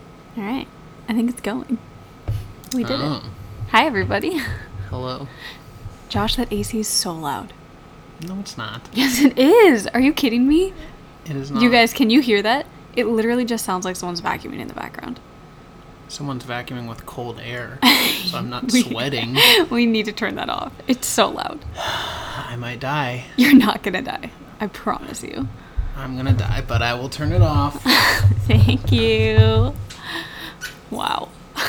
All right. I think it's going. We did Oh. it. Hi, everybody. Hello. Josh, that AC is so loud. No, it's not. Yes, it is. Are you kidding me? It is not. You guys, can you hear that? It literally just sounds like someone's vacuuming in the background. Someone's vacuuming with cold air, so I'm not We- sweating. We need to turn that off. It's so loud. I might die. You're not going to die. I promise you. I'm gonna die, but I will turn it off. Thank you. Wow.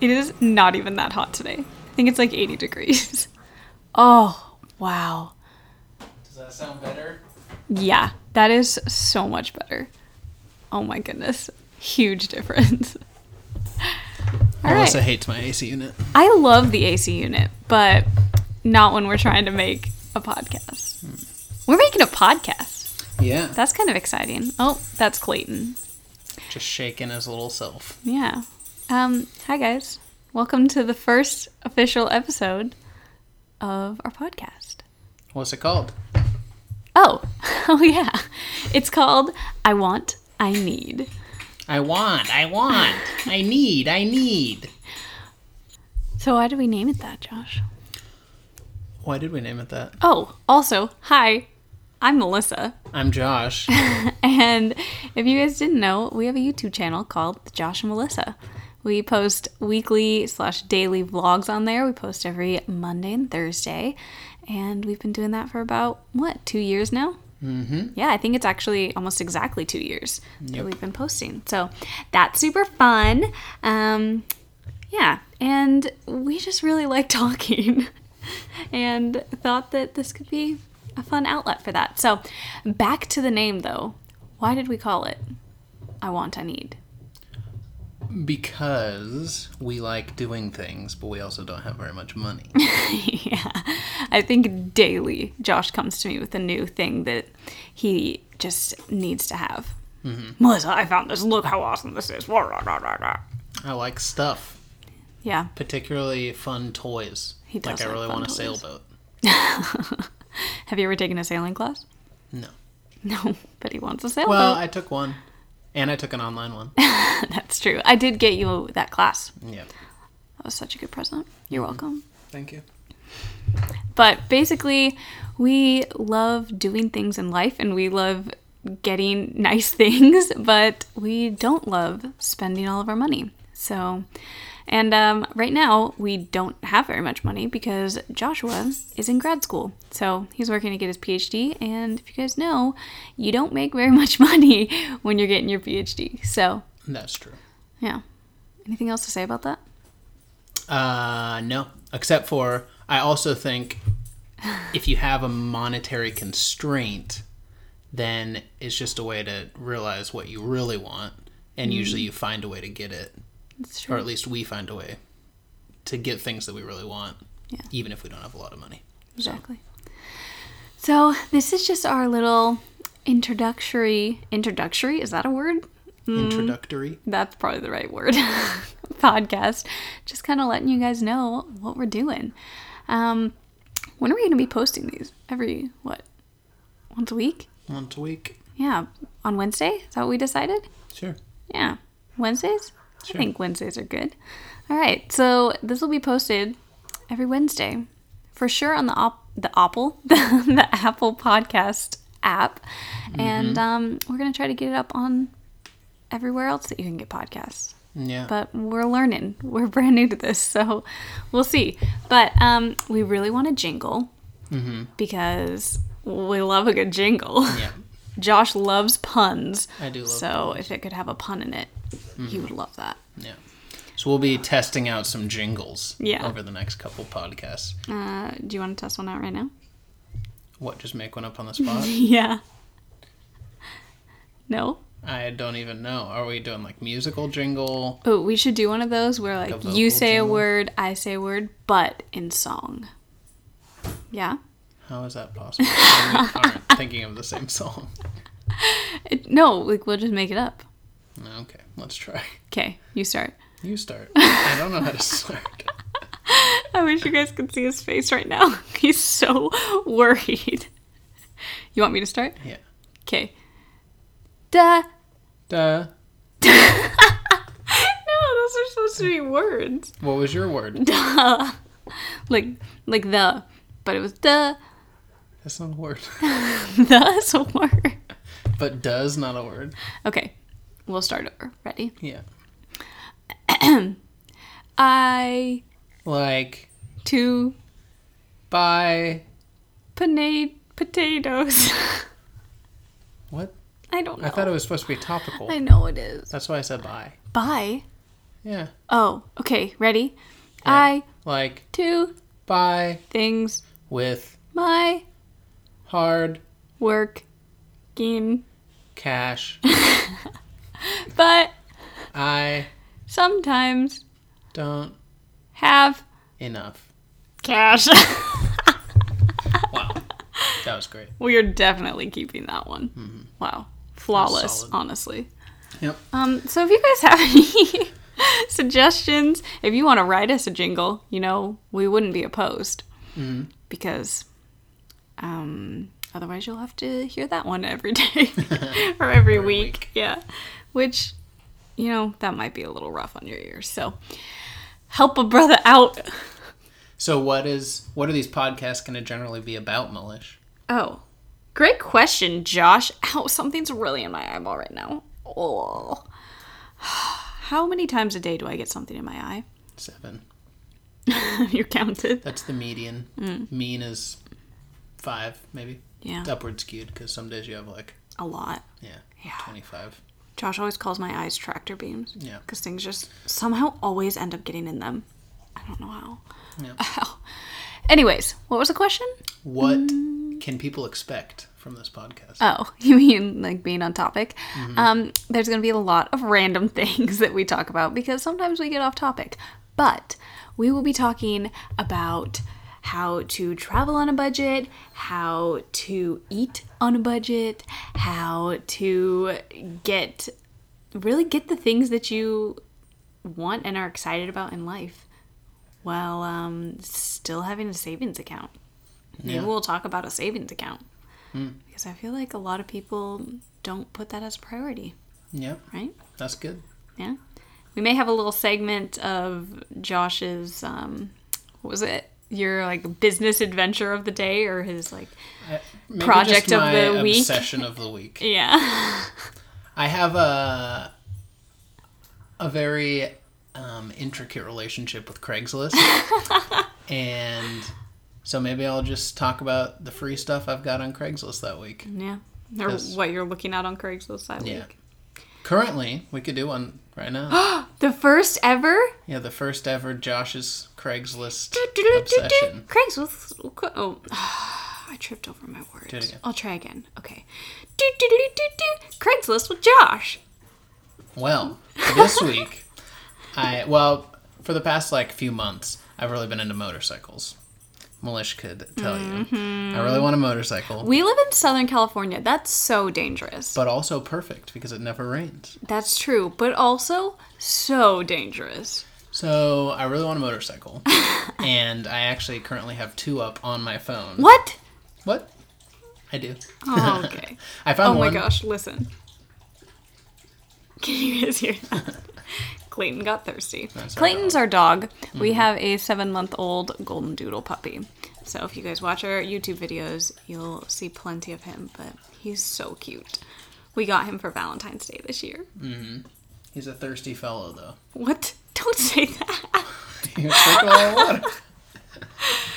it is not even that hot today. I think it's like 80 degrees. Oh, wow. Does that sound better? Yeah, that is so much better. Oh my goodness. Huge difference. All right. Melissa hates my AC unit. I love the AC unit, but not when we're trying to make a podcast. We're making a podcast. Yeah. That's kind of exciting. Oh, that's Clayton. Just shaking his little self. Yeah. Um, hi guys. Welcome to the first official episode of our podcast. What's it called? Oh, oh yeah. It's called I Want, I Need. I want, I want, I need, I need. So why do we name it that, Josh? Why did we name it that? Oh, also, hi. I'm Melissa. I'm Josh. And if you guys didn't know, we have a YouTube channel called The Josh and Melissa. We post weekly slash daily vlogs on there. We post every Monday and Thursday. And we've been doing that for about, what, two years now? Mm-hmm. Yeah, I think it's actually almost exactly two years that we've been posting. So that's super fun. Um, yeah, and we just really like talking and thought that this could be a fun outlet for that. So, back to the name though. Why did we call it I Want, I Need? because we like doing things, but we also don't have very much money. yeah. I think daily Josh comes to me with a new thing that he just needs to have. Melissa, I found this. Look how awesome this is. Wah, rah, rah, rah, rah. I like stuff. Yeah. particularly fun toys. He does like I like really fun want a toys. sailboat. Have you ever taken a sailing class? Oh. No. No, but he wants a sailboat. Well, I took one, and I took an online one. That's true. I did get you that class. yeah. That was such a good present. You're welcome. Thank you. But basically, we love doing things in life and we love getting nice things, but we don't love spending all of our money. So, and um, right now, we don't have very much money because Joshua is in grad school. So he's working to get his PhD. And if you guys know, you don't make very much money when you're getting your PhD. So, That's true. yeah. Anything else to say about that? Uh, no, except for I also think if you have a monetary constraint, then it's just a way to realize what you really want, and usually Mm. you find a way to get it, That's or true. at least we find a way to get things that we really want, Yeah. even if we don't have a lot of money. Exactly. So this is just our little introductory introductory is that a word? Mm. Introductory. That's probably the right word. Podcast. Just kind of letting you guys know what we're doing. Um when are we going to be posting these? Every what? Once a week? Once a week. Yeah, on Wednesday? Is that what we decided? Sure. Yeah. Wednesdays? Sure. I think Wednesdays are good. All right. So this will be posted every Wednesday for sure on the op- the Apple the, Apple podcast app. And um, we're going to try to get it up on everywhere else that you can get podcasts. Yeah. But we're learning. We're brand new to this. So we'll see. But um, we really want a jingle because we love a good jingle. yeah. Josh loves puns. I do love Mm-hmm. So if it could have a pun in it, he would love that. Yeah. So we'll be testing out some jingles Yeah. over the next couple podcasts. Uh, do you want to test one out right now? What, just make one up on the spot? Yeah. No. I don't even know. Are we doing like musical jingle? Oh, we should do one of those where like a you vocal say a jingle? word, I say a word, but in song. Yeah. How is that possible? we aren't thinking of the same song. It- no, like we'll just make it up. Okay, let's try. Okay, you start. You start. I don't know how to start. I wish you guys could see his face right now. He's so worried. You want me to start? Yeah. Okay. Da Duh. Oh, supposed to be words. What was your word? Duh. Like like the, but it was duh. That's not a word. That's a word. But does not a word. Okay, we'll start over. Ready? Yeah. I Like two by panade potatoes. what? I don't know. I thought it was supposed to be topical. I know it is. That's why I said by. Bye. Yeah. Oh, okay. Ready? I Like two by things with my hard work game, cash. but I sometimes don't have enough. cash. Wow. That was great. we are definitely keeping that one. Wow. Flawless, Mm-hmm. solid. honestly. Yep. Um, so if you guys have any suggestions, if you want to write us a jingle, you know, we wouldn't be opposed Mm-hmm. because um, otherwise you'll have to hear that one every day or every week. week. Yeah. Which, you know, that might be a little rough on your ears. So help a brother out. So what is what are these podcasts going to generally be about, Milish? Oh, great question, Josh. Ow, something's really in my eyeball right now. Oh. How many times a day do I get something in my eye? Seven. you counted. That's the median. Mean is five, maybe. Mm. Yeah. It's upward skewed because some days you have like A lot. yeah, Yeah. twenty-five. Josh always calls my eyes tractor beams. Yeah. Because things just somehow always end up getting in them. I don't know how. Yeah. Ow. Anyways, what was the question? What can people expect from this podcast? Oh, you mean like being on topic? Um, there's going to be a lot of random things that we talk about because sometimes we get off topic. But we will be talking about how to travel on a budget, how to eat on a budget, how to get really get the things that you want and are excited about in life while um, still having a savings account. Maybe Yeah. we'll talk about a savings account because I feel like a lot of people don't put that as a priority, yeah, right? that's good. Yeah. We may have a little segment of Josh's, um, what was it? Your like business adventure of the day or his like, I- maybe just Project of my the week. Obsession of the week. yeah. I have a a very um, intricate relationship with Craigslist, and so maybe I'll just talk about the free stuff I've got on Craigslist that week. yeah. Or Yes. what you're looking at on Craigslist that Yeah. week. Currently, we could do one right now. The first ever yeah, the first ever Josh's Craigslist obsession. Craigslist. Oh, I tripped over my words. it again. I'll try again. Okay. Do, do, do, do, do. Craigslist with Josh. Well, this week, I well for the past like few months, I've really been into motorcycles. Milish could tell you, I really want a motorcycle, We live in Southern California. That's so dangerous. but also perfect because it never rains. That's true, but also so dangerous. So I really want a motorcycle, and I actually currently have two up on my phone. What? What? I do. Oh, okay. I oh found my one. gosh, listen. Can you guys hear that? Clayton got thirsty. That's our Mm-hmm. Clayton's our dog. We have a seven month old golden doodle puppy. So if you guys watch our YouTube videos, you'll see plenty of him, but he's so cute. We got him for Valentine's Day this year. He's a thirsty fellow, though. What? Don't say that. He was sick of all the water.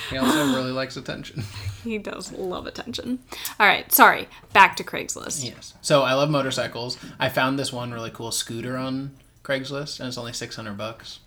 He also really likes attention. He does love attention. All right, sorry. Back to Craigslist. Yes. So I love motorcycles. I found this one really cool scooter on Craigslist, and it's only six hundred bucks.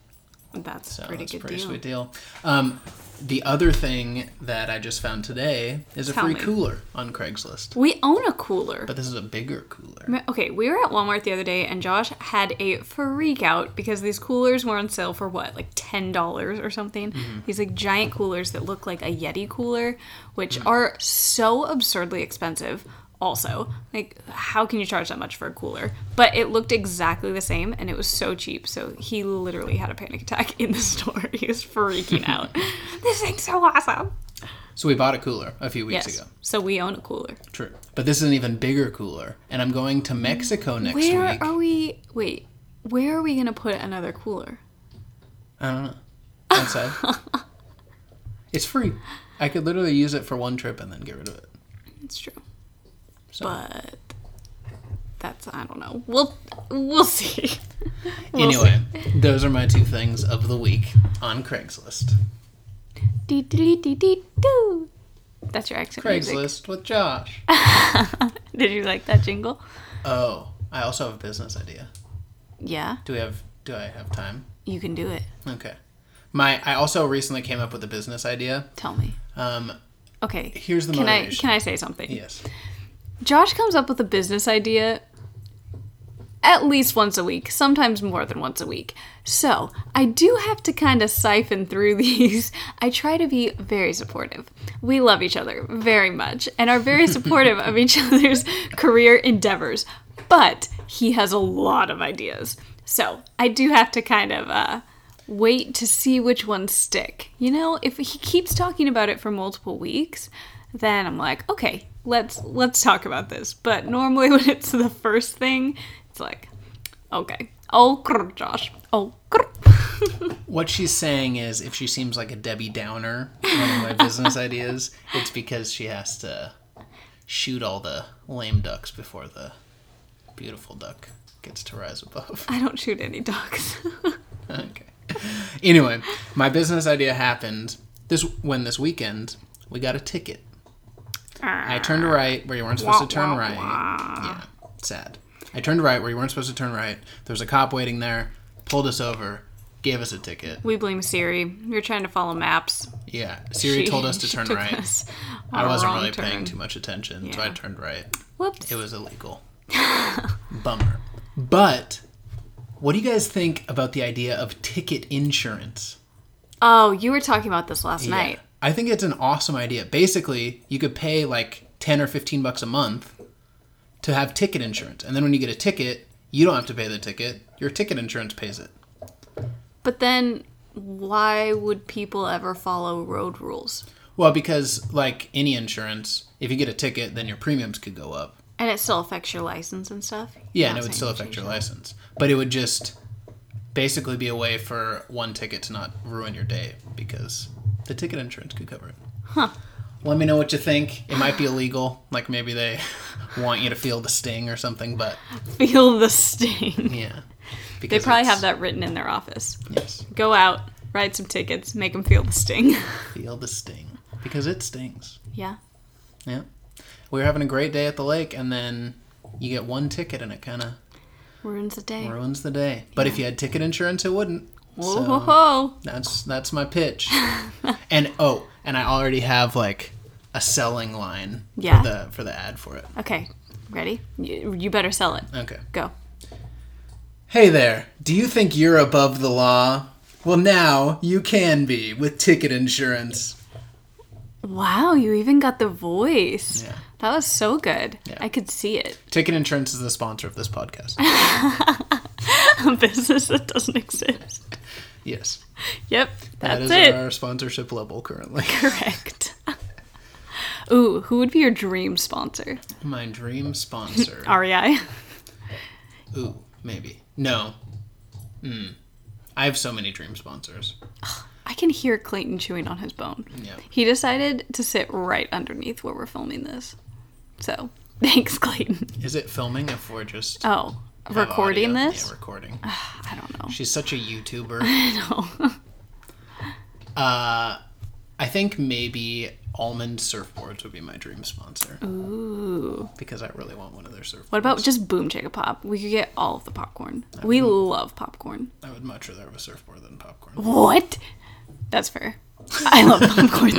That's So a pretty that's good a pretty deal. sweet deal. Um, the other thing that I just found today is a Tell free me. cooler on Craigslist, We own a cooler. but this is a bigger cooler. Okay, we were at Walmart the other day and Josh had a freak out because these coolers were on sale for what, like $10 or something? Mm-hmm. These like giant coolers that look like a Yeti cooler, which Mm-hmm. are so absurdly expensive. Also, like, how can you charge that much for a cooler? But it looked exactly the same and it was so cheap. So he literally had a panic attack in the store. He was freaking out. this thing's so awesome. So we bought a cooler a few weeks Yes. ago. So we own a cooler. True. But this is an even bigger cooler, and I'm going to Mexico next Where week. are we? Wait, where are we gonna put another cooler? I don't know. One side. it's free. I could literally use it for one trip and then get rid of it. It's true. So. But that's I don't know. We'll we'll see. We'll see. anyway, those are my two things of the week on Craigslist. Dee, dee, dee, dee, dee, doo. That's your accent music. Craigslist with Josh. Did you like that jingle? Oh, I also have a business idea. Yeah, Do we have? Do I have time? you can do it. Okay. My I also recently came up with a business idea. Tell me. Um, Okay. Here's the can I motivation. can I say something? yes. Josh comes up with a business idea at least once a week, sometimes more than once a week. So I do have to kind of siphon through these. I try to be very supportive. We love each other very much and are very supportive of each other's career endeavors, but he has a lot of ideas. So I do have to kind of uh, wait to see which ones stick. You know, if he keeps talking about it for multiple weeks, then I'm like, okay, let's let's talk about this. But normally when it's the first thing, it's like, okay, oh grr, Josh, oh grr. What she's saying is, if she seems like a Debbie Downer, one of my business ideas, it's because she has to shoot all the lame ducks before the beautiful duck gets to rise above. I don't shoot any dogs. okay. Anyway, my business idea happened this when this weekend we got a ticket. I turned right where you weren't supposed to turn right. Yeah, sad. I turned right where you weren't supposed to turn right. There was a cop waiting there, pulled us over, gave us a ticket. we blame Siri. We were trying to follow maps. Yeah, Siri told us to turn took right. us on I a wasn't wrong really paying turn. too much attention, so I Yeah. turned right. Whoops. It was illegal. Bummer. But what do you guys think about the idea of ticket insurance? oh, you were talking about this last Yeah. night. I think it's an awesome idea. Basically, you could pay like 10 or 15 bucks a month to have ticket insurance. And then when you get a ticket, you don't have to pay the ticket. Your ticket insurance pays it. But then why would people ever follow road rules? Well, because like any insurance, if you get a ticket, then your premiums could go up. And it still affects your license and stuff? Yeah, and Not it would saying still you affect change your license. But it would just basically be a way for one ticket to not ruin your day because the ticket insurance could cover it. Huh. Let me know what you think. It might be illegal. Like maybe they want you to feel the sting or something, but Feel the sting. yeah. They Because probably it's- have that written in their office. Yes. Go out, write some tickets, make them feel the sting. Feel the sting because it stings. yeah. Yeah. We were having a great day at the lake and then you get one ticket and it kind of Ruins the day. ruins uh, the day. But if you had ticket insurance, it wouldn't. Whoa, So- ho, ho. That's that's my pitch. and oh, and I already have like a selling line Yeah. for the for the ad for it. Okay, ready? You, you better sell it. Okay. Go. Hey there. Do you think you're above the law? Well, now you can be with ticket insurance. Wow, you even got the voice. Yeah. That was so good. Yeah. I could see it. Ticket insurance is the sponsor of this podcast. A business that doesn't exist. yes. Yep, that that's is it. our sponsorship level currently. Correct. Ooh, who would be your dream sponsor? E my dream sponsor. REI. Ooh, maybe. No. Hmm. I have so many dream sponsors. I can hear Clayton chewing on his bone. Yeah. He decided to sit right underneath where we're filming this. So, thanks, Clayton. Is it filming if we're just Oh, have recording audio? this? Yeah, recording. I don't know. She's such a YouTuber. No. I think maybe Almond Surfboards would be my dream sponsor Ooh. because I really want one of their surfboards. What about just Boom Chicka Pop? We could get all of the popcorn. We love popcorn. I would much rather have a surfboard than popcorn. What? That's fair. I love popcorn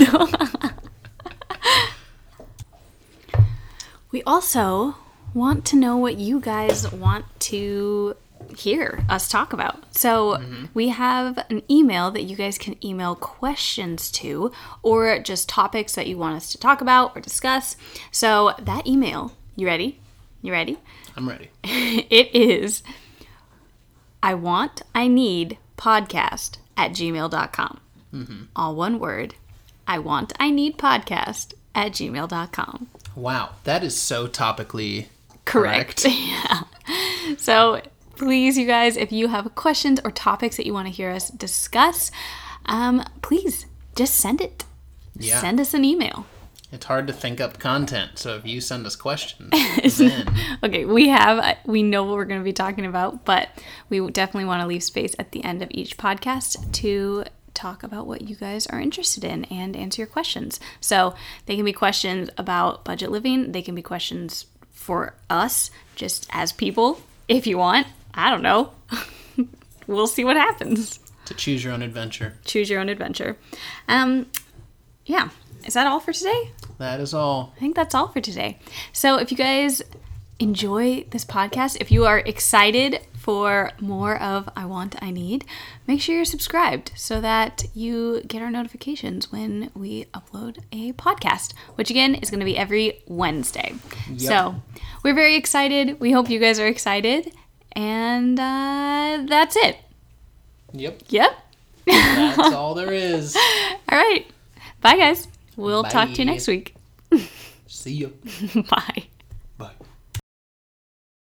though. we also want to know what you guys want to hear us talk about. So we have an email that you guys can email questions to or just topics that you want us to talk about or discuss. So that email, you ready? You ready? I'm ready. It is I want, I need podcast at gmail.com. All one word. I want, I need podcast at gmail.com. Wow, that is so topically Correct. yeah. So Please, you guys, if you have questions or topics that you want to hear us discuss, um, please just send it. Yeah. Send us an email. It's hard to think up content, so if you send us questions, then Okay, we have uh, we know what we're going to be talking about, but we definitely want to leave space at the end of each podcast to talk about what you guys are interested in and answer your questions. So, they can be questions about budget living, they can be questions for us just as people if you want. I don't know. we'll see what happens. to choose your own adventure. Choose your own adventure. Um yeah, is that all for today? That is all. I think that's all for today. So if you guys enjoy this podcast, if you are excited for more of I Want, I Need, make sure you're subscribed so that you get our notifications when we upload a podcast, which again is going to be every Wednesday. So we're very excited. We hope you guys are excited. And uh, that's it. Yep, Yep. that's all there is. All right. Bye, guys. We'll talk to you Bye. next week. See you. Bye.